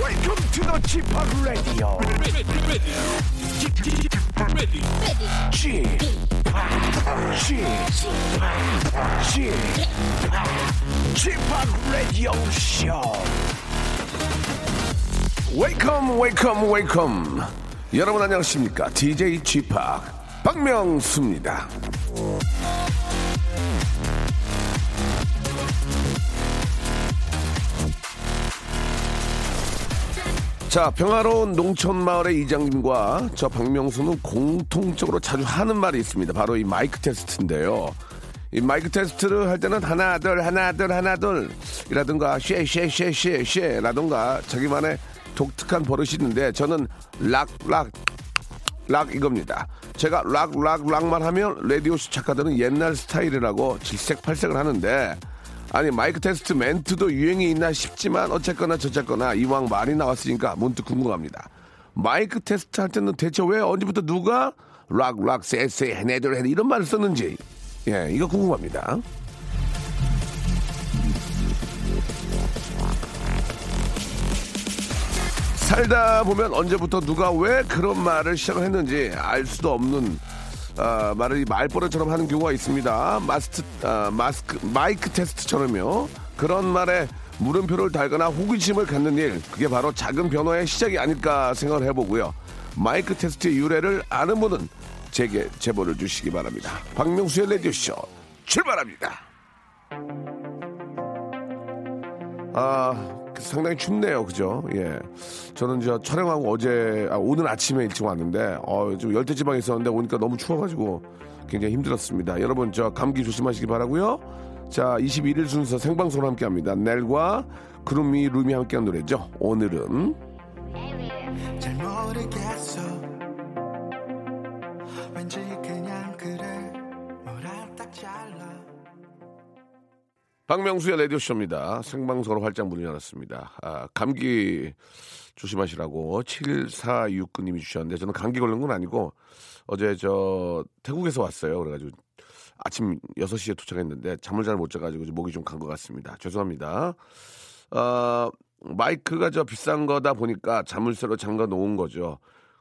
Welcome to the Chip Radio. Chip, Chip, Chip, Radio Show. Welcome, welcome, welcome. 여러분 안녕하십니까? DJ Chip 박명수입니다. 자, 평화로운 농촌 마을의 이장님과 저 박명수는 공통적으로 자주 하는 말이 있습니다. 바로 이 마이크 테스트인데요. 이 마이크 테스트를 할 때는 하나, 둘, 하나, 둘, 하나, 둘이라든가 쉐, 쉐, 쉐, 쉐, 쉐라든가 자기만의 독특한 버릇이 있는데 저는 락, 락, 락 이겁니다. 제가 락, 락, 락만 하면 라디오 시작하다는 옛날 스타일이라고 질색팔색을 하는데 아니 마이크 테스트 멘트도 유행이 있나 싶지만 어쨌거나 저쨌거나 이왕 많이 나왔으니까 문득 궁금합니다. 마이크 테스트 할 때는 대체 왜 언제부터 누가 락, 락, 세, 세, 해네들, 해네 이런 말을 썼는지 예, 이거 궁금합니다. 살다 보면 언제부터 누가 왜 그런 말을 시작을 했는지 알 수도 없는 아, 말을 이 말버릇처럼 하는 경우가 있습니다. 마스트, 아, 마스크, 마이크 테스트처럼요. 그런 말에 물음표를 달거나 호기심을 갖는 일, 그게 바로 작은 변화의 시작이 아닐까 생각을 해보고요. 마이크 테스트의 유래를 아는 분은 제게 제보를 주시기 바랍니다. 박명수의 레디오쇼 출발합니다. 아, 상당히 춥네요. 그죠? 예. 저는 저 촬영하고 어제, 아, 오늘 아침에 일찍 왔는데, 어, 좀 열대지방에 있었는데 오니까 너무 추워가지고 굉장히 힘들었습니다. 여러분, 저 감기 조심하시기 바라고요 자, 21일 순서 생방송으로 함께 합니다. 넬과 그루미 룸이 함께한 노래죠. 오늘은. 잘 모르겠어 왠지 그냥 그래 뭐라딱 잘라 박명수의 라디오쇼입니다. 생방송으로 활짝 문을 열었습니다. 아, 감기 조심하시라고 7469님이 주셨는데 저는 감기 걸린 건 아니고 어제 저 태국에서 왔어요. 그래가지고 아침 6시에 도착했는데 잠을 잘 못 자가지고 목이 좀 간 것 같습니다. 죄송합니다. 어, 마이크가 저 비싼 거다 보니까 자물쇠로 잠가 놓은 거죠.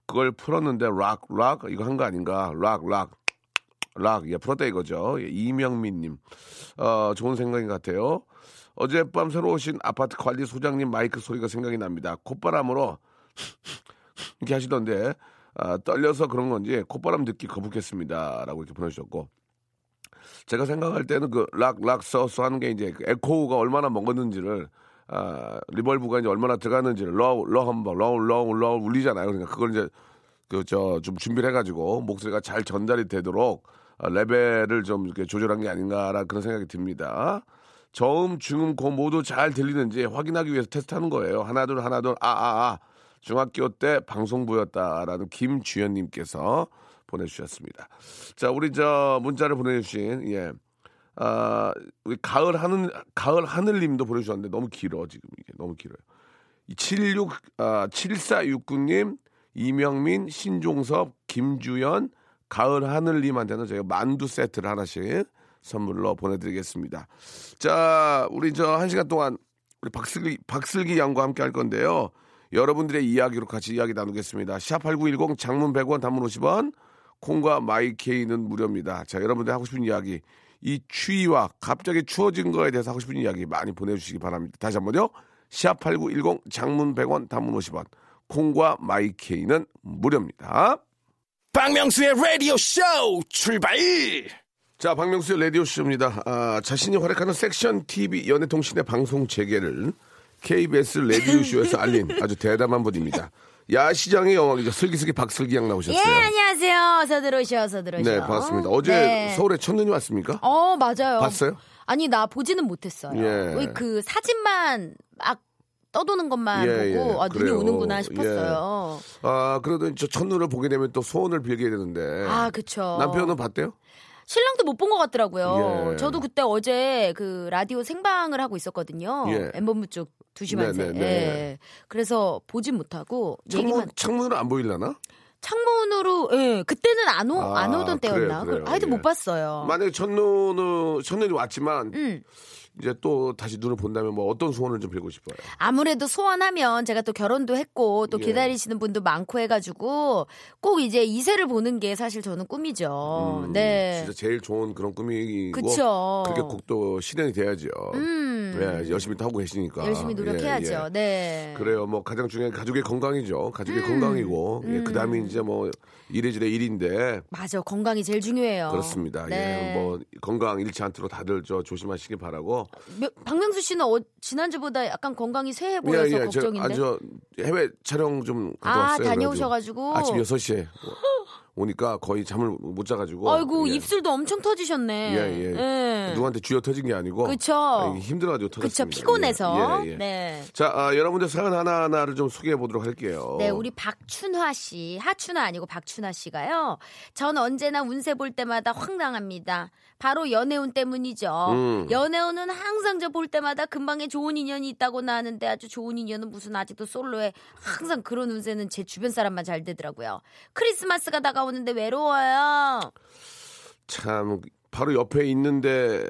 그걸 풀었는데 락, 락 이거 한 거 아닌가? 락, 락, 락. 예, 풀었다 이거죠. 예, 이명민님. 어, 좋은 생각인 것 같아요. 어젯밤 새로 오신 아파트 관리 소장님 마이크 소리가 생각이 납니다. 콧바람으로 이렇게 하시던데 아, 떨려서 그런 건지 콧바람 듣기 거북했습니다라고 이렇게 보내주셨고 제가 생각할 때는 그 그락락서서 하는 게 이제 그 에코가 얼마나 먹었는지를 아, 리벌브가 이제 얼마나 들어가는지를 러러한번러러러 울리잖아요. 그러니까 그걸 이제 그 저 좀 준비를 해가지고 목소리가 잘 전달이 되도록 아, 레벨을 좀 이렇게 조절한 게 아닌가라 그런 생각이 듭니다. 저음, 중음, 고 모두 잘 들리는지 확인하기 위해서 테스트하는 거예요. 하나 둘 하나 둘 아 아 아 중학교 때 방송부였다라는 김주현님께서 보내주셨습니다. 자 우리 저 문자를 보내주신 예. 아, 우리 가을 하늘, 가을 하늘님도 보내주셨는데 너무 길어, 지금 이게. 너무 길어요. 76, 아, 7469님, 이명민, 신종섭, 김주연, 가을 하늘님한테는 저희가 만두 세트를 하나씩 선물로 보내드리겠습니다. 자, 우리 저 한 시간 동안 우리 박슬기, 박슬기 양과 함께 할 건데요. 여러분들의 이야기로 같이 이야기 나누겠습니다. 샵8910 장문 100원 단문 50원 콩과 마이케이는 무료입니다. 자, 여러분들 하고 싶은 이야기, 이 추위와 갑자기 추워진 거에 대해서 하고 싶은 이야기 많이 보내주시기 바랍니다. 다시 한 번요. 샵8910 장문 100원, 단문 50원, 콩과 마이케이는 무료입니다. 박명수의 라디오 쇼 출발! 자, 박명수의 라디오쇼입니다. 아, 자신이 활약하는 섹션 TV 연예통신의 방송 재개를 KBS 라디오쇼에서 알린 아주 대담한 분입니다. 야시장의 영화이죠. 슬기슬기 박슬기 양 예, 나오셨어요. 안녕하세요. 어서 들어오셔, 어서 들어오셔. 네, 반갑습니다. 어제 네. 서울에 첫눈이 왔습니까? 어, 맞아요. 봤어요? 아니, 나 보지는 못했어요. 예. 왜그 사진만 막 떠도는 것만 예, 보고, 예, 아, 눈이 그래요. 오는구나 싶었어요. 아, 그래도 저 첫눈을 보게 되면 또 소원을 빌게 되는데. 아, 그쵸. 예. 남편은 봤대요? 신랑도 못 본 것 같더라고요. 예. 저도 그때 어제 그 라디오 생방을 하고 있었거든요. 예. 엠본부 쪽 2시 네, 반에. 네, 네. 예. 그래서 보진 못하고, 창문, 얘기만. 창문으로 안 보이려나? 창문으로, 예. 그때는 안, 오, 아, 안 오던 그래요, 예. 때였나? 그래요. 하여튼 예. 못 봤어요. 만약에 첫눈을, 첫눈이 왔지만, 어. 음. 이제 또 다시 눈을 본다면 뭐 어떤 소원을 좀 빌고 싶어요? 아무래도 소원하면 제가 또 결혼도 했고 또 예. 기다리시는 분도 많고 해가지고 꼭 이제 이세를 보는 게 사실 저는 꿈이죠. 음, 네. 진짜 제일 좋은 그런 꿈이고 그쵸. 그게 곡도 실현이 돼야죠. 음. 예, 열심히 하고 계시니까. 열심히 노력해야죠. 예, 예. 네. 음. 그래요. 뭐 가장 중요한 가족의 건강이죠. 가족의 건강이고 예, 그다음에 이제 뭐 이래저래 일인데 맞아. 건강이 제일 중요해요. 그렇습니다. 네. 예, 뭐 건강 잃지 않도록 다들 저 조심하시기 바라고. 몇- 박명수 씨는 어- 지난주보다 약간 건강이 쇠해 보여서 걱정인데. 예, 아저 해외 촬영 좀 갔다 아, 왔어요. 다녀오셔가지고. 그래가지고 아침 6 시에 오니까 거의 잠을 못 자가지고. 아이고 예. 입술도 엄청 터지셨네. 예, 예. 누구한테 쥐어 터진 게 아니고. 그쵸. 아, 이게 힘들어가지고 그쵸 터졌습니다. 피곤해서. 예, 예, 예. 네. 자, 아, 여러분들 사연 하나하나를 좀 소개해 보도록 할게요. 네, 우리 박춘화 씨, 하춘화 아니고 박춘화 씨가요. 전 언제나 운세 볼 때마다 황당합니다. 바로 연애운 때문이죠. 음. 연애운은 항상 저 볼 때마다 금방에 좋은 인연이 있다고나 하는데 아주 좋은 인연은 무슨 아직도 솔로에 항상 그런 운세는 제 주변 사람만 잘 되더라고요. 크리스마스가 다가오는데 외로워요. 참 바로 옆에 있는데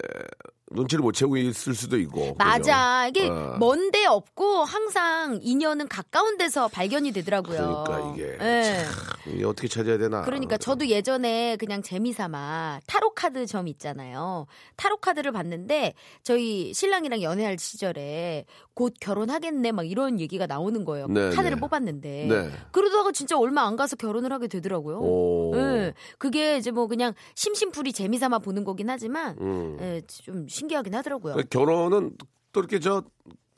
눈치를 못 채우고 있을 수도 있고. 맞아. 이게 아. 먼데 없고 항상 인연은 가까운 데서 발견이 되더라고요. 그죠? 그러니까 이게 예. 참, 이게 어떻게 찾아야 되나. 그러니까 저도 예전에 그냥 재미삼아 타로 카드 점 있잖아요. 타로 카드를 봤는데 저희 신랑이랑 연애할 시절에 곧 결혼하겠네 막 이런 얘기가 나오는 거예요. 네, 카드를 네. 뽑았는데 네. 그러다가 진짜 얼마 안 가서 결혼을 하게 되더라고요. 오. 어, 예, 그게 이제 뭐 그냥 심심풀이 재미삼아 보는 거긴 하지만 음. 그 예, 좀 신기하긴 하더라고요. 결혼은 또 이렇게 저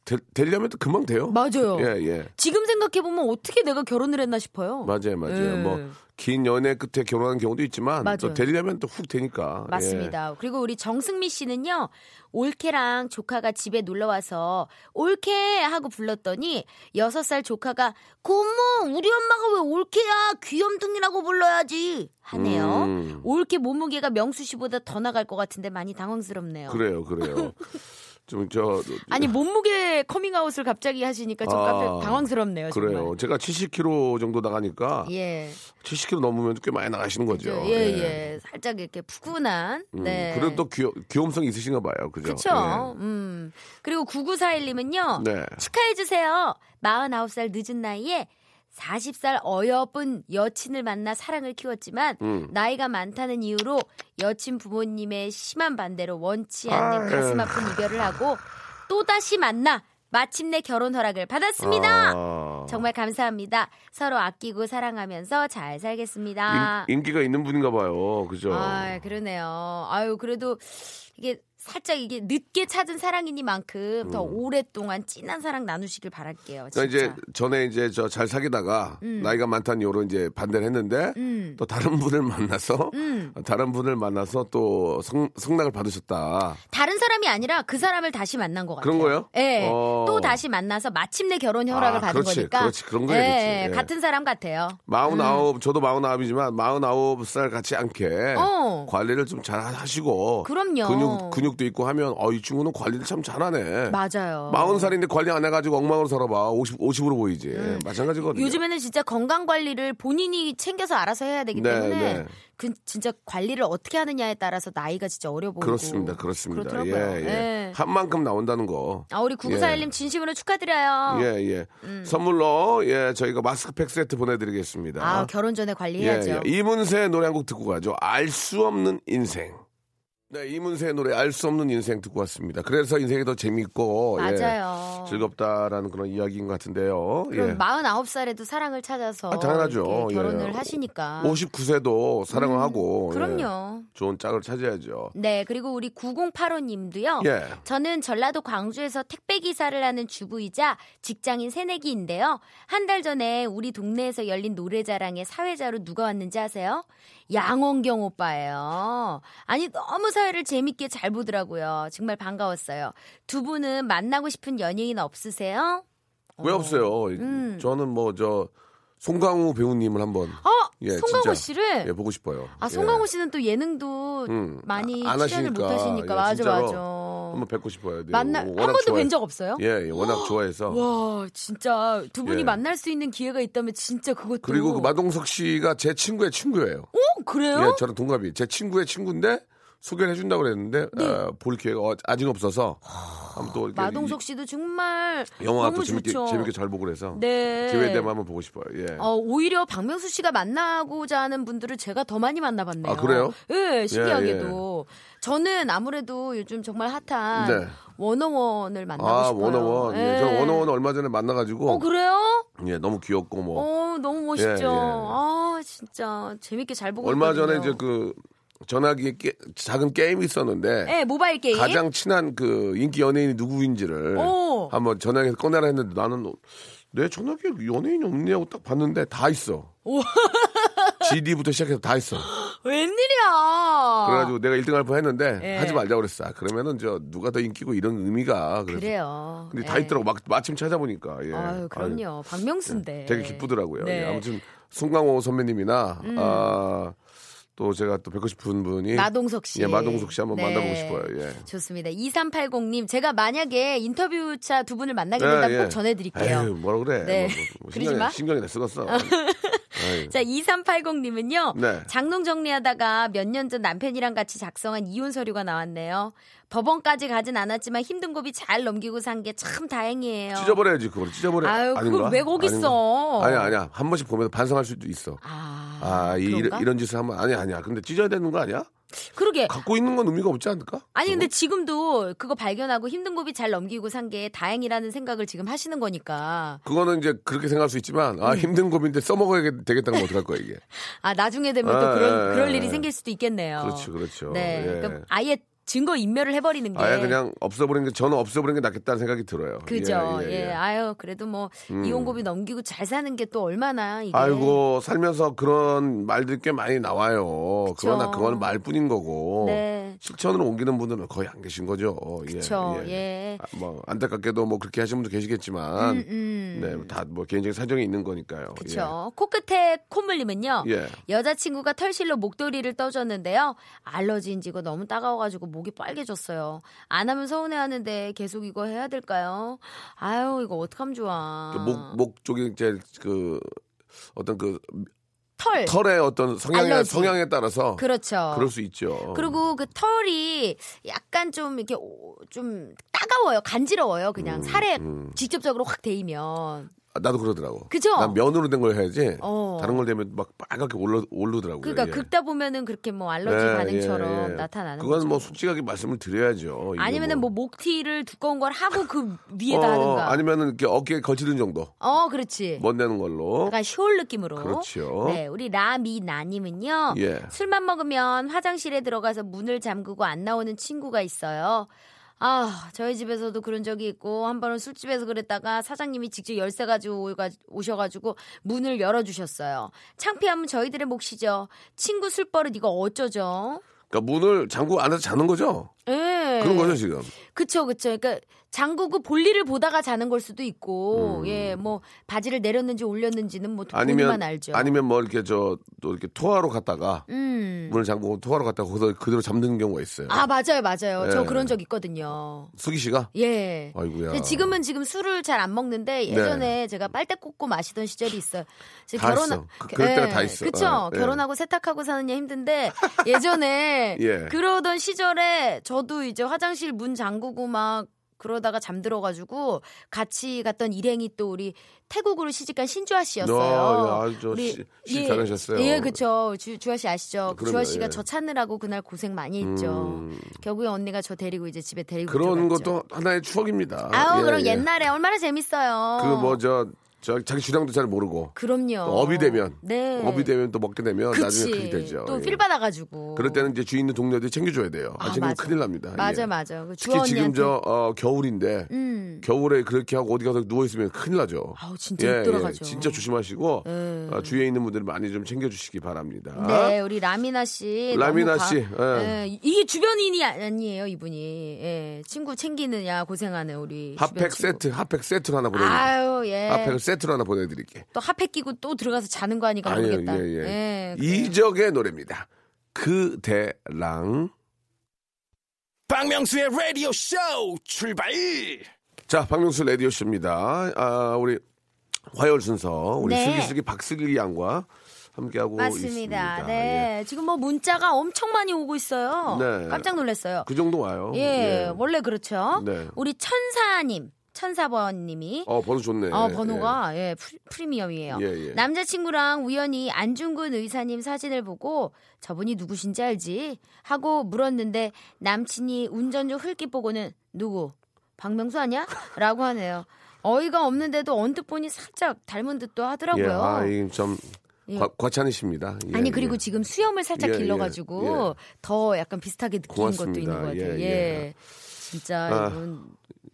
되, 되려면 또 금방 돼요. 맞아요. 예, 예. 지금 생각해 보면 어떻게 내가 결혼을 했나 싶어요. 맞아요, 맞아요. 예. 뭐 긴 연애 끝에 결혼하는 경우도 있지만 또 맞아요. 되려면 또 훅 되니까. 예. 맞습니다. 그리고 우리 정승미 씨는요, 올케랑 조카가 집에 놀러 와서 올케 하고 불렀더니 여섯 살 조카가 고모 우리 엄마가 왜 올케야 귀염둥이라고 불러야지 하네요. 음. 올케 몸무게가 명수 씨보다 더 나갈 것 같은데 많이 당황스럽네요. 그래요, 그래요. 좀 저 예, 아니 몸무게 커밍아웃을 갑자기 하시니까 좀 깜짝 아, 당황스럽네요. 정말. 그래요. 제가 70kg 정도 나가니까 예. 70kg 넘으면 꽤 많이 나가시는 거죠. 예, 예. 살짝 이렇게 푸근한. 음, 네. 그래도 또 귀여, 귀염성이 있으신가 봐요. 그죠? 그쵸. 음. 그리고 9941님은요. 네. 축하해주세요. 49살 늦은 나이에 40살 어여쁜 여친을 만나 사랑을 키웠지만 음. 나이가 많다는 이유로 여친 부모님의 심한 반대로 원치 않는 아유. 가슴 아픈 이별을 하고 또다시 만나 마침내 결혼 허락을 받았습니다. 아, 정말 감사합니다. 서로 아끼고 사랑하면서 잘 살겠습니다. 인, 기가 있는 분인가 봐요. 그죠? 아, 그러네요. 아유, 그래도 이게 살짝 이게 늦게 찾은 사랑이니만큼 더 오랫동안 진한 사랑 나누시길 바랄게요. 진짜. 음. 그러니까 이제 전에 이제 저 잘 사귀다가 나이가 많다는 이유로 이제 반대를 했는데 음. 또 다른 분을 만나서 다른 분을 만나서 또 성, 성낙을 받으셨다. 다른 사람이 아니라 그 사람을 다시 만난 것 같아요. 그런 거예요? 예. 어. 또 다시 만나서 마침내 결혼 허락을 아, 받은 그렇지, 거니까. 그렇지. 그런 거예요, 예, 그렇지. 예. 같은 사람 같아요. 마흔아홉 저도 마흔아홉이지만 마흔아홉 살 같지 않게 음. 어. 관리를 좀 잘 하시고 그럼요. 근육 근육도 있고 하면 어 이 친구는 관리를 참 잘하네. 맞아요. 마흔 살인데 관리 안 해가지고 엉망으로 살아봐. 50, 50으로 보이지. 마찬가지거든요. 음. 요즘에는 진짜 건강 관리를 본인이 챙겨서 알아서 해야 되기 네, 때문에 네. 그 진짜 관리를 어떻게 하느냐에 따라서 나이가 진짜 어려 보이고 그렇습니다, 그렇습니다. 그렇더라고요. 예, 예. 예. 한 만큼 나온다는 거. 아, 우리 구구사일님 진심으로 축하드려요. 예, 예. 음. 선물로 예 저희가 마스크팩 세트 보내드리겠습니다. 아, 결혼 전에 관리해야죠. 예, 예. 이문세의 노래 한 곡 듣고 가죠. 알 수 없는 인생. 네, 이문세의 노래 알 수 없는 인생 듣고 왔습니다. 그래서 인생이 더 재밌고 예, 맞아요. 즐겁다라는 그런 이야기인 것 같은데요. 그럼 예. 49살에도 사랑을 찾아서 아, 당연하죠. 이렇게 예. 결혼을 하시니까 59세도 사랑을 하고 예, 음, 그럼요. 좋은 짝을 찾아야죠. 네, 그리고 우리 9085님도요. 예. 저는 전라도 광주에서 택배 기사를 하는 주부이자 직장인 새내기인데요. 한 달 전에 우리 동네에서 열린 노래자랑에 사회자로 누가 왔는지 아세요? 양원경 오빠예요. 아니 너무 사회를 재밌게 잘 보더라고요. 정말 반가웠어요. 두 분은 만나고 싶은 연예인 없으세요? 왜 없어요? 음. 저는 뭐 저 송강호 배우님을 한번 어, 예, 송강호 진짜. 씨를 예, 보고 싶어요. 아 예. 송강호 씨는 또 예능도 음, 많이 안 출연을 못 하시니까 예, 맞아 진짜로 맞아. 한번 뵙고 싶어요. 네, 만나 한 워낙 번도 좋아해- 뵌 적 없어요? 예, 예, 워낙 좋아해서. 와 진짜 두 분이 예. 만날 수 있는 기회가 있다면 진짜 그것도 그리고 그 마동석 씨가 제 친구의 친구예요. 어 그래요? 예, 저랑 동갑이. 제 친구의 친구인데 소개를 해준다고 그랬는데 아, 볼 기회가 어- 아직 없어서 한번 또 이렇게 네. 마동석 씨도 정말 이- 영화 너무 또 재밌게 좋죠. 재밌게 잘 보고 그래서 네. 기회 되면 한번 보고 싶어요. 예. 어, 오히려 박명수 씨가 만나고자 하는 분들을 제가 더 많이 만나봤네요. 아, 그래요? 예. 예, 신기하게도. 저는 아무래도 요즘 정말 핫한 네. 원어원을 만나고 아 싶어요. 원어원. 예. 예. 저는 원어원 얼마 전에 만나가지고 어, 그래요? 예 너무 귀엽고 뭐 어, 너무 멋있죠. 예, 예. 아, 진짜 재밌게 잘 보고 얼마 전에 있거든요. 이제 그 전화기에 게- 작은 게임이 있었는데 예, 모바일 게임. 가장 친한 그 인기 연예인이 누구인지를 오. 한번 전화기에서 꺼내라 했는데 나는 내 전화기에 그 연예인이 없냐고 딱 봤는데 다 있어. GD부터 시작해서 다 있어. 웬일이야. 그래가지고 내가 1등 할 뻔 했는데 아. 예. 하지 말자 그랬어. 아, 그러면은 저 누가 더 인기고 이런 의미가 그래서. 그래요. 근데 다 예. 있더라고. 막 마침 찾아보니까. 예. 아유, 아유, 그럼요. 박명수인데. 되게 기쁘더라고요. 네. 음. 예, 아무튼 송강호 선배님이나 아, 또 제가 또 뵙고 싶은 분이 마동석 씨. 예, 마동석 씨 한번 네. 만나보고 싶어요. 예. 좋습니다. 2380님, 제가 만약에 인터뷰차 두 분을 만나게 예, 된다면 예. 꼭 전해드릴게요. 에휴, 뭐라 그래. 네. 뭐, 뭐, 뭐 그러지 신경이, 마. 신경이 나 쓰겠어. 자, 2380님은요. 네. 장롱 정리하다가 몇 년 전 남편이랑 같이 작성한 이혼 서류가 나왔네요. 법원까지 가진 않았지만 힘든 고비 잘 넘기고 산 게 참 다행이에요. 찢어버려야지 그걸 찢어버려. 아유, 그걸 아닌가? 왜 거기 아닌가? 있어? 아니야 아니야 한 번씩 보면 반성할 수도 있어. 아, 아, 이, 그런가? 이런, 이런 짓을 하면 아니야 아니야. 근데 찢어야 되는 거 아니야? 그러게. 갖고 있는 건 의미가 없지 않을까? 아니 근데 그거? 지금도 그거 발견하고 힘든 고비 잘 넘기고 산 게 다행이라는 생각을 지금 하시는 거니까 그거는 이제 그렇게 생각할 수 있지만 음. 아 힘든 고민인데 써먹어야 되겠다는 건 어떡할 거야 이게. 아 나중에 되면 아, 또 예, 그런 예, 그럴 예. 일이 생길 수도 있겠네요. 그렇죠 그렇죠. 어. 네, 예. 그러니까 아예 증거 인멸을 해버리는 게 아예 그냥 없어버린 게 저는 없어버린 게 낫겠다는 생각이 들어요. 그죠. 예, 예, 예, 예. 아유 그래도 뭐 이혼 고비 넘기고 잘 사는 게 또 얼마나 이게 아이고 살면서 그런 말들 꽤 많이 나와요. 그러나 그건 말뿐인 거고 네. 실천으로 옮기는 분들은 거의 안 계신 거죠. 예, 그쵸, 예. 예. 아, 뭐 안타깝게도 뭐 그렇게 하신 분도 계시겠지만 음. 네, 다 뭐 개인적인 사정이 있는 거니까요. 그렇죠. 코끝에 콧물님은요. 예. 여자친구가 털실로 목도리를 떠줬는데요. 알러지인지고 너무 따가워가지고 목이 빨개졌어요. 안 하면 서운해하는데 계속 이거 해야 될까요? 아유 이거 어떡하면 좋아. 예. 목, 목 쪽에 이제 그 어떤 그 털. 털의 어떤 성향에, 네. 알러지. 성향에 따라서 그 그렇죠. 럴수 있죠. 그리고 그 털이 약간 좀 이렇게 오- 좀 따가워요, 간지러워요. 그냥 음, 살에 직접적으로 확 대이면 아, 나도 그러더라고. 그죠? 난 면으로 된 걸 해야지 어. 다른 걸 되면 막 빨갛게 올라, 오르더라고요. 그러니까 예. 긁다 보면은 그렇게 뭐 알러지 예, 반응처럼 예, 예. 나타나는 그건 거죠. 뭐 솔직하게 말씀을 드려야죠. 이게 아니면은 뭐 목티를 두꺼운 걸 하고 그 위에다 어, 하든가. 아니면은 이렇게 어깨에 걸치는 정도. 어, 그렇지. 멋 내는 걸로. 약간 쇼울 느낌으로. 그렇죠. 네, 우리 라미나님은요. 예. 술만 먹으면 화장실에 들어가서 문을 잠그고 안 나오는 친구가 있어요. 아, 저희 집에서도 그런 적이 있고 한 번은 술집에서 그랬다가 사장님이 직접 열쇠 가지고 오가- 오셔가지고 문을 열어주셨어요. 창피하면 저희들의 몫이죠. 친구 술버릇 이거 어쩌죠? 그러니까 문을 잠그고 안에서 자는 거죠. 예. 그런 거죠 지금. 그쵸, 그쵸. 그러니까 잠그고 볼일을 보다가 자는 걸 수도 있고, 예, 뭐 바지를 내렸는지 올렸는지는 뭐 음. 아니면 본인만 알죠. 아니면 뭐 이렇게 저 또 이렇게 토하러 갔다가 음. 문을 잠그고 토하러 갔다가 거기서 그대로 잠드는 경우가 있어요. 아 맞아요, 맞아요. 예. 저 그런 적 있거든요. 수기 씨가 예. 아이고야. 근데 지금은 지금 술을 잘 안 네. 먹는데 예전에 제가 빨대 꽂고 마시던 시절이 있어요. 다 있어. 그- 그럴 때가 다 있어. 그쵸. 예, 예. 결혼하고 세탁하고 사는 게 힘든데 예전에 예. 그러던 시절에 저도 이제 화장실 문 잠그고 막 그러다가 잠들어가지고 같이 갔던 일행이 또 우리 태국으로 시집간 신주아 너, 씨였어요. 야, 저 시- 시 잘하셨어요. 예, 그쵸. 주, 주아 씨 아시죠? 그럼요, 주아 씨가 예. 저 찾느라고 그날 고생 많이 했죠. 음. 결국에 언니가 저 데리고 이제 집에 데리고 그런 들어갔죠. 것도 하나의 추억입니다. 그렇죠, 아우 예, 그럼 예. 옛날에 얼마나 재밌어요. 그뭐저 저, 자기 주량도 잘 모르고 그럼요. 또 업이 되면 네. 업이 되면 또 먹게 되면 그치. 나중에 그렇게 되죠. 또 예. 필 받아가지고. 그럴 때는 이제 주위 있는 동료들이 챙겨줘야 돼요. 안 아, 챙기면 맞아. 큰일 납니다. 예. 맞아 맞아. 그 특히 주원이한테. 지금 저 어, 겨울인데 음. 겨울에 그렇게 하고 어디 가서 누워 있으면 큰일 나죠. 예, 아우, 진짜 입돌아가죠. 진짜 조심하시고 예. 어, 주위에 있는 분들 많이 좀 챙겨주시기 바랍니다. 네 우리 라미나 씨. 어? 라미나 너무 과- 씨, 예. 예. 이게 주변인이 아- 아니에요 이분이. 예. 친구 챙기느냐 고생하는 우리. 주변 핫팩 친구. 세트, 핫팩 세트로 하나 보내드릴게요. 아유 예. 핫팩을 세트로 하나 보내드릴게. 또 핫팩 끼고 또 들어가서 자는 거 아니까 아니요, 모르겠다. 네, 예, 예. 그래요. 이적의 노래입니다. 그대랑. 박명수의 라디오 쇼 출발! 자, 박명수 라디오 쇼입니다. 아, 우리 화요일 순서 우리 네. 슬기슬기 박슬기 양과 함께하고 맞습니다. 있습니다. 예. 네. 지금 뭐 문자가 엄청 많이 오고 있어요. 네. 깜짝 놀랐어요. 예. 그 정도 와요. 예, 원래 그렇죠. 네. 우리 천사님, 천사번님이 어, 번호 좋네. 어, 번호가 예, 프리- 프리미엄이에요. 예, 예. 남자친구랑 우연히 안중근 의사님 사진을 보고 저분이 누구신지 알지? 하고 물었는데 남친이 운전 중 흘기 보고는 누구? 박명수 아니야? 라고 하네요. 어이가 없는데도 언뜻 보니 살짝 닮은 듯도 예. 예. 하더라고요. 아, 이좀 예. 과, 과찬이십니다. 예, 아니 그리고 예. 지금 수염을 살짝 예, 예, 길러가지고 예. 더 약간 비슷하게 느낀 것도 있는 고맙습니다. 것 예, 같아요. 예, 예. 진짜 아. 이건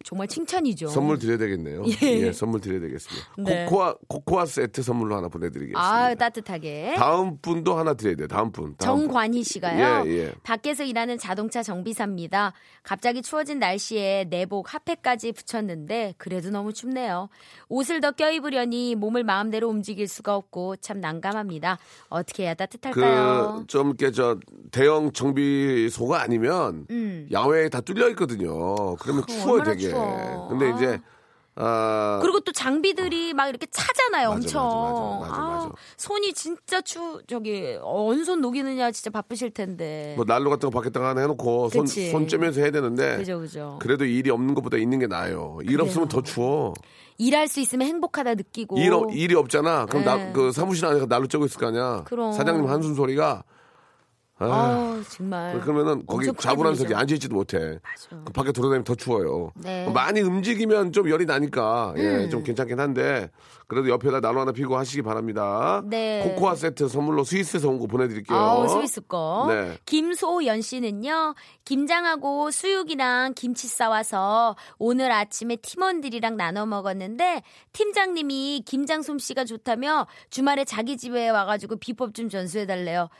정말 칭찬이죠. 선물 드려야 되겠네요. 예, 선물 드려야 되겠습니다. 네. 코코아 코코아 세트 선물로 하나 보내드리겠습니다. 아 따뜻하게. 다음 분도 하나 드려야 돼요. 다음 분. 다음 분. 정관희 씨가요. 예, 예. 밖에서 일하는 자동차 정비사입니다. 갑자기 추워진 날씨에 내복 핫팩까지 붙였는데 그래도 너무 춥네요. 옷을 더 껴입으려니 몸을 마음대로 움직일 수가 없고 참 난감합니다. 어떻게 해야 따뜻할까요? 그좀 이렇게 저 대형 정비소가 아니면 음. 야외에 다 뚫려 있거든요. 그러면 추워 얼마나 되게. 추워. 근데 아. 이제 아 그리고 또 장비들이 막 이렇게 차잖아요, 맞아, 엄청. 맞아, 맞아, 맞아, 맞아. 손이 진짜 추 저기 언손 녹이느냐 진짜 바쁘실 텐데. 뭐 난로 같은 거 밖에다가 하나 해놓고 손, 그치. 손 쬐면서 해야 되는데 그죠, 그죠. 그래도 일이 없는 것보다 있는 게 나아요. 일 없으면 더 추워. 일할 수 있으면 행복하다 느끼고. 일, 어- 일이 없잖아. 그럼 네. 나, 그 사무실 안에서 난로 쬐고 있을 거 아니야. 그럼. 사장님 한숨 소리가 아, 아 정말. 그러면은 거기 엄청 크게 자분한 들리죠. 석에 앉아 있지도 못해. 맞아. 그 밖에 돌아다니면 더 추워요. 어, 네. 음. 많이 움직이면 좀 열이 나니까 예, 좀 괜찮긴 한데 그래도 옆에다 나로 하나 피고 하시기 바랍니다. 네. 코코아 세트 선물로 스위스에서 온 거 보내드릴게요. 아우, 스위스 거. 네. 김소연 씨는요, 김장하고 수육이랑 김치 싸와서 오늘 아침에 팀원들이랑 나눠 먹었는데, 팀장님이 김장 솜씨가 좋다며 주말에 자기 집에 와가지고 비법 좀 전수해달래요.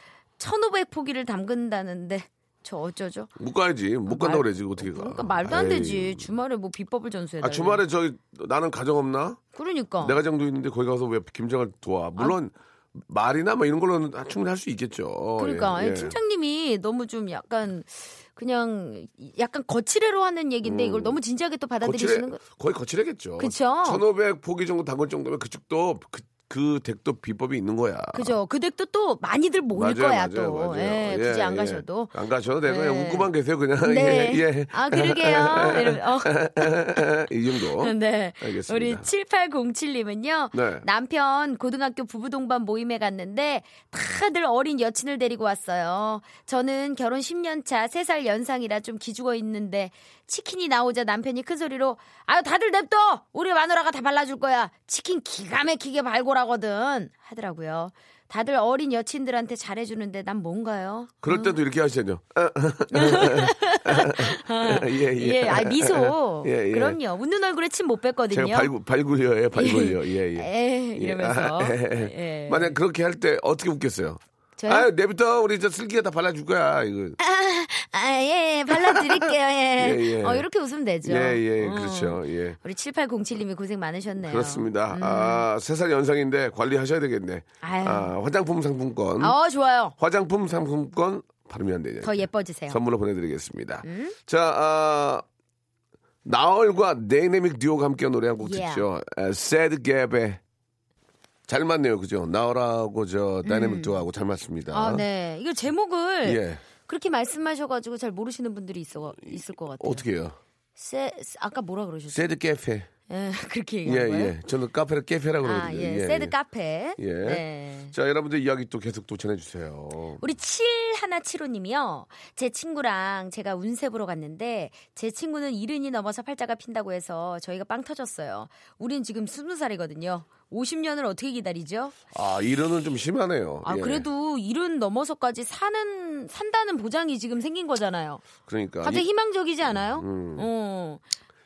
1500포기를 담근다는데, 저 어쩌죠? 묶어야지. 못 간다고 그러지 어떻게 가. 아, 그러니까 말도 안 에이. 되지. 주말에 뭐 비법을 전수해달래. 아 주말에 저기 나는 가정 없나? 그러니까. 내가 정도 있는데 거기 가서 왜 김장을 도와? 물론 말이나 뭐 이런 걸로는 충분히 할 수 있겠죠. 아. 그러니까 예, 예. 아니, 팀장님이 너무 좀 약간 그냥 약간 거칠애로 하는 얘기인데 이걸 너무 진지하게 또 음. 거칠해, 받아들이시는 거 거의 거칠해겠죠. 그쵸? 1,500 포기 정도 담글 정도면 그쪽도 그, 그 댁도 비법이 있는 거야. 그죠? 그 댁도 또 많이들 모일 맞아요, 거야 맞아요, 또. 맞아요. 예, 굳이 안 가셔도. 안 가셔도 되고 예. 그냥 웃고만 계세요 그냥 네. 예, 예. 아 그러게요. 이러- 어. 이 정도 네. 알겠습니다. 우리 7807님은요. 네. 남편 고등학교 부부 동반 모임에 갔는데 다들 어린 여친을 데리고 왔어요. 저는 결혼 10년 차 3살 연상이라 좀 기죽어 있는데 치킨이 나오자 남편이 큰 소리로 아유 다들 냅둬. 우리 마누라가 다 발라줄 거야. 치킨 기가 막히게 발골하거든 하더라고요. 다들 어린 여친들한테 잘해주는데 난 뭔가요? 그럴 때도 이렇게 하시죠 예예 예, 아 미소. 예, 예. 그럼요. 웃는 얼굴에 침 못 제가 뱉거든요. 발굴 발굴려요 발굴려 예예 아, 에 이러면서 예. 만약 그렇게 할 때 어떻게 웃겠어요 저요? 아유 내부터 우리 저 슬기가 다 발라줄 거야 이거 아, 예, 예, 발라드릴게요, 예. 예, 예. 어, 이렇게 웃으면 되죠. 예예 어. 그렇죠 예 우리 7807님이 고생 많으셨네요. 음. 그렇습니다 아 세살 연상인데 관리하셔야 되겠네 아유. 아 화장품 상품권 어, 좋아요. 화장품 상품권 발음이 안 되냐 더 예뻐지세요. 음? 선물로 보내드리겠습니다. 자, 아, 나얼과 데이내믹 듀오가 함께 노래한 곡 Yeah. 듣죠. 에, Sad Gap의 잘 맞네요, 그죠? 나얼하고 저 다이내믹 듀오하고 잘 맞습니다. 음. 아, 네. 이거 제목을 예, 그렇게 말씀하셔가지고 잘 모르시는 분들이 있어, 있을 것 같아요. 어떻게 해요? 세, 아까 뭐라 그러셨어요? Sad Cafe. 예, 그렇게 예, 얘기한 거예요? 예. 저는 카페를 카페라고 아, 그러거든요. 예. 세드 카페. 예. 네. 자, 여러분들 이야기 또 계속 또 전해주세요. 우리 7175님이요. 제 친구랑 제가 운세 보러 갔는데 제 친구는 이른이 넘어서 팔자가 핀다고 해서 저희가 빵 터졌어요. 우린 지금 20살이거든요. 50년을 어떻게 기다리죠? 아, 이론은 좀 심하네요. 아 예. 그래도 이른 넘어서까지 사는 산다는 보장이 지금 생긴 거잖아요. 그러니까. 갑자기 이- 희망적이지 않아요? 어.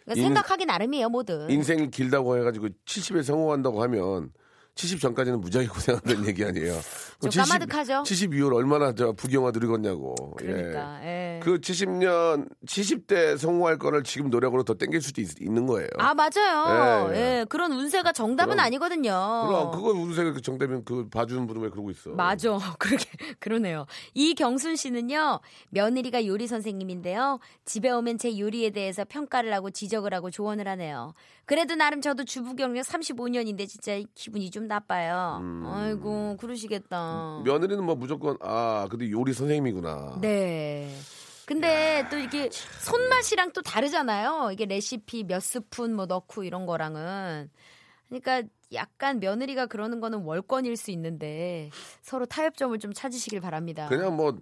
그러니까 인- 생각하기 나름이에요, 뭐든. 인생이 길다고 해가지고 70에 성공한다고 하면 70 전까지는 무지하게 고생한다는 얘기 아니에요. 좀 까마득하죠? 70 이후로 얼마나 저 부경화 누리겠냐고. 그러니까. 예. 그 70년 70대 성공할 거를 지금 노력으로 더 땡길 수도 있, 는 거예요. 아 맞아요. 예, 예, 예. 그런 운세가 정답은 그럼- 아니거든요. 그럼 그거 운세 정되면 그 봐주는 분은 왜 그러고 있어? 어. 맞아. 그렇게 그러네요. 이경순 씨는요. 며느리가 요리 선생님인데요. 집에 오면 제 요리에 대해서 평가를 하고 지적을 하고 조언을 하네요. 그래도 나름 저도 주부 경력 35년인데 진짜 기분이 좀 좀 나빠요. 아이고 그러시겠다. 음. 며느리는 뭐 무조건 아 근데 요리 선생님이구나. 네. 근데 또 이게 손맛이랑 또 다르잖아요. 이게 레시피 몇 스푼 뭐 넣고 이런 거랑은. 그러니까 약간 며느리가 그러는 거는 월권일 수 있는데 서로 타협점을 좀 찾으시길 바랍니다. 그냥 뭐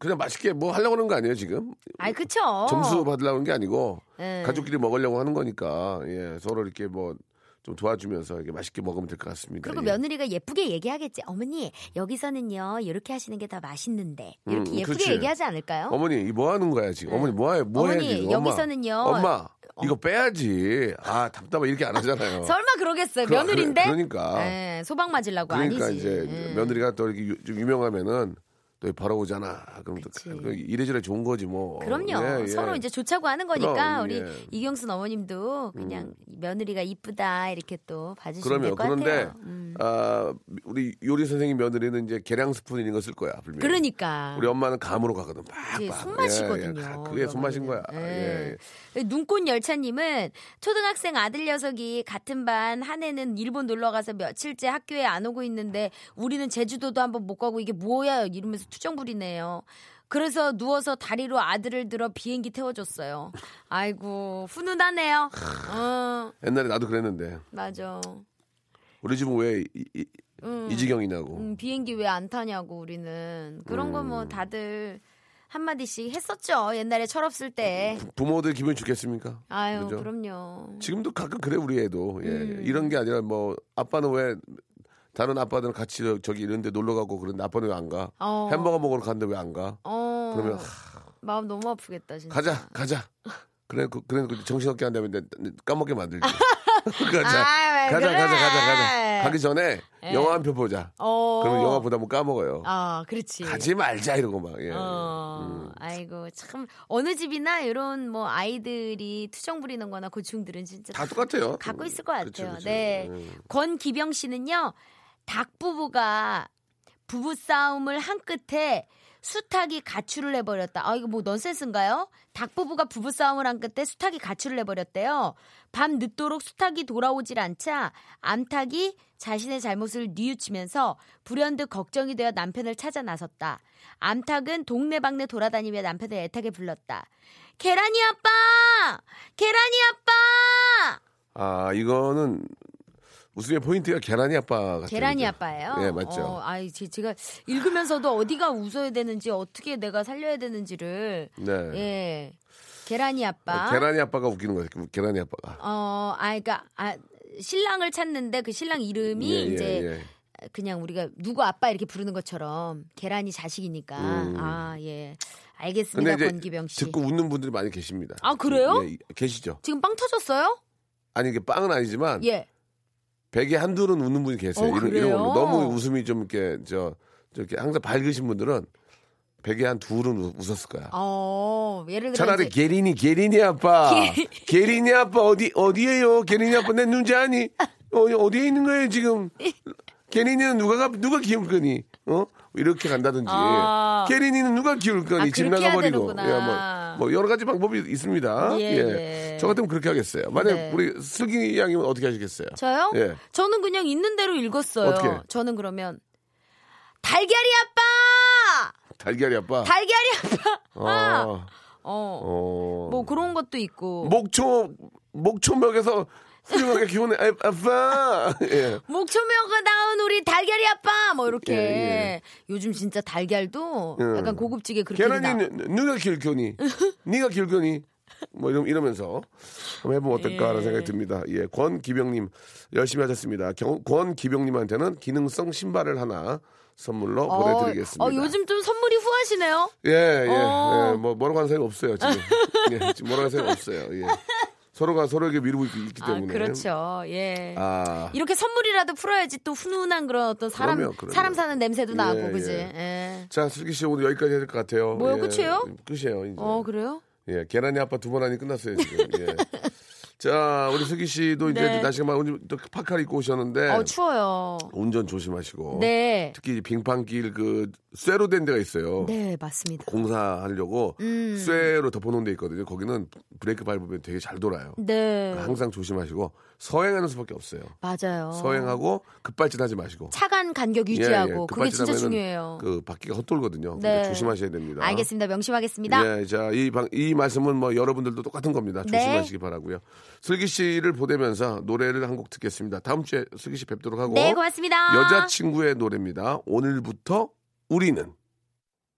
그냥 맛있게 뭐 하려고 하는 거 아니에요 지금? 아이 그쵸. 점수 받으려는 게 아니고 네. 가족끼리 먹으려고 하는 거니까 예 서로 이렇게 뭐 좀 도와주면서 이렇게 맛있게 먹으면 될 것 같습니다. 그리고 예. 며느리가 예쁘게 얘기하겠지. 어머니 여기서는요 이렇게 하시는 게 더 맛있는데 이렇게 음, 예쁘게 그렇지. 얘기하지 않을까요? 어머니 이 뭐 하는 거야 지금? 어머니 뭐 해? 뭐 네. 어머니, 해 지금? 엄마. 여기서는요. 어. 엄마 이거 빼야지. 아 답답해 이렇게 안 하잖아요. 설마 그러겠어요? 그러- 며느리인데. 그러- 그러니까. 예, 소방 맞으려고 그러니까 아니지. 이제 예. 며느리가 또 이렇게 유- 좀 유명하면은 또 바로 오잖아. 그럼 또 그치. 그- 이래저래 좋은 거지 뭐. 그럼요. 예, 예. 서로 이제 좋자고 하는 거니까 그럼, 우리 예. 음. 이경순 어머님도 그냥 며느리가 이쁘다 이렇게 또 봐주시면 그러면 될 것 그런데 같아요. 음. 아 우리 요리 선생님 며느리는 이제 계량 스푼 이런 거 쓸 거야 분명히. 그러니까 우리 엄마는 감으로 가거든. 그게 빡빡. 손맛이거든요. 아, 예, 예. 그게 손맛인 거야. 예. 예, 예. 눈꽃 열차님은 초등학생 아들 녀석이 같은 반 한 해는 일본 놀러 가서 며칠째 학교에 안 오고 있는데 우리는 제주도도 한번 못 가고 이게 뭐야 이러면서 투정 부리네요. 그래서 누워서 다리로 아들을 들어 비행기 태워줬어요. 아이고 훈훈하네요. 어 옛날에 나도 그랬는데 맞아. 우리 집은 왜 이, 이- 음. 이 지경이냐고. 음, 비행기 왜 안 타냐고 우리는 그런 거 음. 뭐 다들 한 마디씩 했었죠 옛날에 철없을 때. 부모들 기분이 좋겠습니까? 아유 그죠? 그럼요. 음. 지금도 가끔 그래 우리 애도 예. 이런 게 아니라 뭐 아빠는 왜 다른 아빠들은 같이 저- 저기 이런데 놀러 가고 그런데 아빠는 왜 안 가? 어. 햄버거 먹으러 갔는데 왜 안 가? 어. 그러면 마음 너무 아프겠다 진짜. 가자 가자. 그래 그 그래 그 정신없게 한다면 내- 까먹게 만들지. 가자 아, 왜 가자 그래? 가자 예. 가자 가자. 가기 전에 영화 한 편 보자. 어. 그러면 영화 보다 면 까먹어요. 아, 그렇지. 가지 말자 이러고 막. 예. 어. 아이고 참 어느 집이나 이런 뭐 아이들이 투정 부리는 거나 고충들은 진짜 다 똑같아요. 갖고 있을 것 같아요. 그렇죠. 음, 그쵸, 그쵸. 네. 음. 권기병 씨는요. 닭 부부가 부부 싸움을 한 끝에 수탉이 가출을 해버렸다. 아 이거 뭐 넌센스인가요? 닭 부부가 부부 싸움을 한 끝에 수탉이 가출을 해버렸대요. 밤 늦도록 수탉이 돌아오질 않자 암탉이 자신의 잘못을 뉘우치면서 불현듯 걱정이 되어 남편을 찾아 나섰다. 암탉은 동네방네 돌아다니며 남편을 애타게 불렀다. 계란이 아빠! 계란이 아빠! 아 이거는 웃음의 포인트가 계란이 아빠 같아요. 계란이 그죠? 아빠예요. 예 맞죠. 어, 아이 제- 제가 읽으면서도 어디가 웃어야 되는지 어떻게 내가 살려야 되는지를 네. 어, 예 계란이 아빠. 계란이 아빠가 웃기는 거예요. 계란이 아빠가. 어, 아, 그니까, 아, 신랑을 찾는데 그 신랑 이름이 예, 이제 그냥 우리가 누구 아빠 이렇게 부르는 것처럼 계란이 자식이니까. 아, 예. 음. 근데 알겠습니다, 이제 권기병 씨. 듣고 웃는 분들이 많이 계십니다. 아, 그래요? 예, 예, 계시죠. 지금 빵 터졌어요? 아니 이게 빵은 아니지만 예. 베개 한둘은 웃는 분이 계세요. 어, 이런, 그래요? 이런 걸로. 너무 웃음이 좀 이렇게 저 저렇게 항상 밝으신 분들은 베개 한 둘은 웃- 웃었을 거야. 어, 예를 들어. 차라리 이제- 게린이 게린이 아빠 게- 게린이 아빠 어디 어디에요 게린이 아빠 내 눈지 아니 어, 어디에 있는 거예요 지금 게린이는 누가 가- 누가 키울 거니 어 이렇게 간다든지 아. 게린이는 누가 키울 거니 아, 집 그렇게 해야 나가버리고 되는구나. 뭐, 뭐 여러 가지 방법이 있습니다 예, 예. 예. 저 같으면 그렇게 하겠어요 만약 네. 우리 슬기 양이면 어떻게 하시겠어요 저요? 예. 저는 그냥 있는 대로 읽었어요. 어떻게? 저는 그러면 달걀이 아빠! 달걀이 아빠 달걀이 아빠! 아. 어, 어. 어. 뭐 그런 것도 있고. 목초 목초벽에서 훌륭하게 키우는 아- 아빠 예. 목초미어가 낳은 우리 달걀이 아빠 뭐 이렇게 예, 예. 요즘 진짜 달걀도 예. 약간 고급지게 그렇게 나- 계란이 누- 누가 키울 거니? 네가 키울 거니? 뭐 이러, 이러면서 한번 해보면 어떨까라는 생각이 듭니다. 예, 권기병님 열심히 하셨습니다. 경- 권기병님한테는 기능성 신발을 하나 선물로 보내드리겠습니다. 어, 요즘 좀 선물이 후하시네요. 예, 예, 어. 예, 뭐 뭐라고 하는 사람이 없어요 지금. 예, 지금 뭐라고 하는 사람이 없어요. 예. 서로가 서로에게 미루고 있, 기 아, 그 때문에. 그렇죠. 예. 아, 이렇게 선물이라도 풀어야지 또 훈훈한 그런 어떤 사람 그럼요, 그럼요. 사람 사는 냄새도 예, 나고 그지. 예. 예. 자 슬기 씨 오늘 여기까지 해야 될 것 같아요. 뭐요, 예, 끝이에요? 끝이에요. 이제. 어 그래요? 예, 계란이 아빠 두 번 하니 끝났어요 지금. 예. 자, 우리 슬기 씨도 이제 네. 날씨가 막 오늘 또 파카를 입고 오셨는데 어 추워요. 운전 조심하시고. 네. 특히 이 빙판길 그 쇠로 된 데가 있어요. 네 맞습니다. 공사하려고 음. 쇠로 덮어놓은 데 있거든요. 거기는 브레이크 밟으면 되게 잘 돌아요. 네. 항상 조심하시고 서행하는 수밖에 없어요. 맞아요. 서행하고 예, 급발진하지 마시고. 차간 간격 유지하고 그게 진짜 급발진하면은 중요해요. 그 바퀴가 헛돌거든요. 네. 그러니까 조심하셔야 됩니다. 알겠습니다. 명심하겠습니다. 예, 자, 이, 방, 이 말씀은 뭐 여러분들도 똑같은 겁니다. 네. 조심하시기 바라고요 슬기 씨를 보내면서 노래를 한 곡 듣겠습니다. 다음 주에 슬기 씨 뵙도록 하고. 네, 고맙습니다. 뭐 여자친구의 노래입니다. 오늘부터 우리는.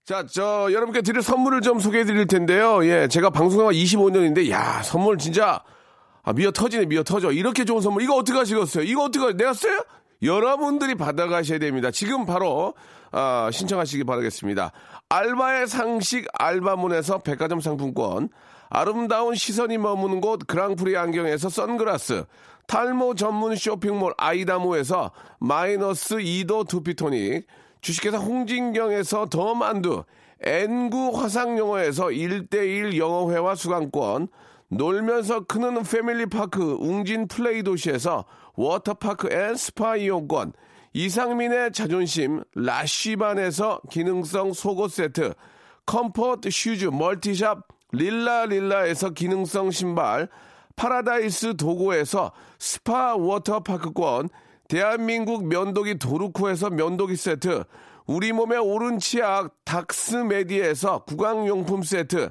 자, 저 여러분께 드릴 선물을 좀 소개해 드릴 텐데요. 예, 제가 방송한 25년인데 야, 선물 진짜 아, 미어 터지네, 미어 터져. 이렇게 좋은 선물 이거 어떻게 하시겠어요? 이거 어떻게 하- 내가 써요? 여러분들이 받아가셔야 됩니다. 지금 바로 아, 신청하시기 바라겠습니다. 알바의 상식 알바문에서 백화점 상품권, 아름다운 시선이 머무는 곳 그랑프리 안경에서 선글라스, 탈모 전문 쇼핑몰 아이다모에서 마이너스 2도 두피토닉, 주식회사 홍진경에서 더 만두, N구 화상영어에서 일대일 영어회화 수강권, 놀면서 크는 패밀리파크 웅진 플레이 도시에서 워터파크 앤 스파 이용권, 이상민의 자존심 라쉬반에서 기능성 속옷 세트, 컴포트 슈즈 멀티샵 릴라릴라에서 기능성 신발, 파라다이스 도고에서 스파 워터파크권, 대한민국 면도기 도루코에서 면도기 세트, 우리 몸의 오른 치약 닥스메디에서 구강용품 세트,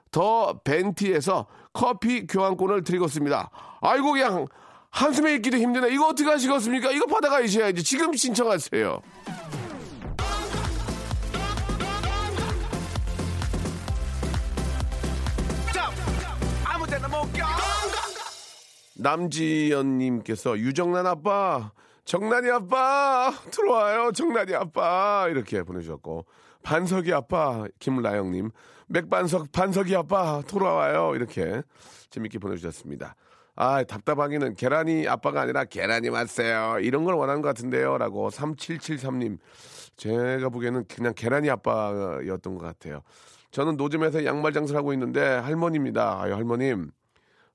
더 벤티에서 커피 교환권을 드리고 있습니다. 아이고 그냥 한숨에 있기도 힘드네. 이거 어떻게 하시겠습니까? 이거 받아가셔야지. 지금 신청하세요. 남지연님께서 유정란 아빠, 정란이 아빠 들어와요, 정란이 아빠 이렇게 보내주셨고 반석이 아빠 김라영님, 맥반석 반석이 아빠 돌아와요 이렇게 재밌게 보내주셨습니다. 아 답답하기는 계란이 아빠가 아니라 계란이 왔어요 이런 걸 원하는 것 같은데요라고 3773님 제가 보기에는 그냥 계란이 아빠였던 것 같아요. 저는 노점에서 양말 장사를 하고 있는데 할머니입니다. 아유 할머님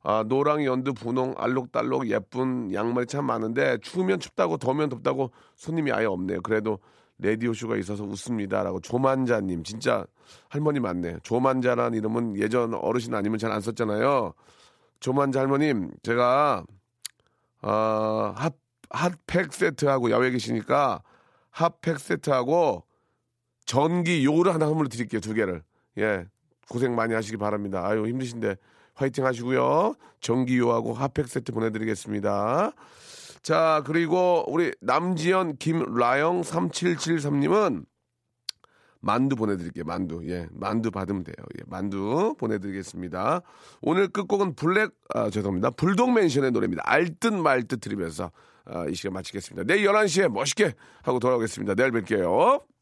아, 노랑, 연두, 분홍, 알록달록 예쁜 양말이 참 많은데 추우면 춥다고 더우면 덥다고 손님이 아예 없네요. 그래도 레디오쇼가 있어서 웃습니다라고 조만자님 진짜 할머니 맞네. 조만자란 이름은 예전 어르신 아니면 잘 안 썼잖아요. 조만자 할머님 제가 아, 핫, 핫팩 세트하고 야외 계시니까 핫팩 세트하고 전기 요를 하나 선물로 드릴게요. 두 개를. 예. 고생 많이 하시기 바랍니다. 아유, 힘드신데 화이팅 하시고요. 전기 요하고 핫팩 세트 보내드리겠습니다. 자, 그리고 우리 남지연, 김라영, 3773님은 만두 보내드릴게요. 만두. 예. 만두 받으면 돼요. 예. 만두 보내드리겠습니다. 오늘 끝곡은 블랙, 아, 죄송합니다. 불독맨션의 노래입니다. 알듯 말듯 들으면서 아, 이 시간 마치겠습니다. 내일 11시에 멋있게 하고 돌아오겠습니다. 내일 뵐게요.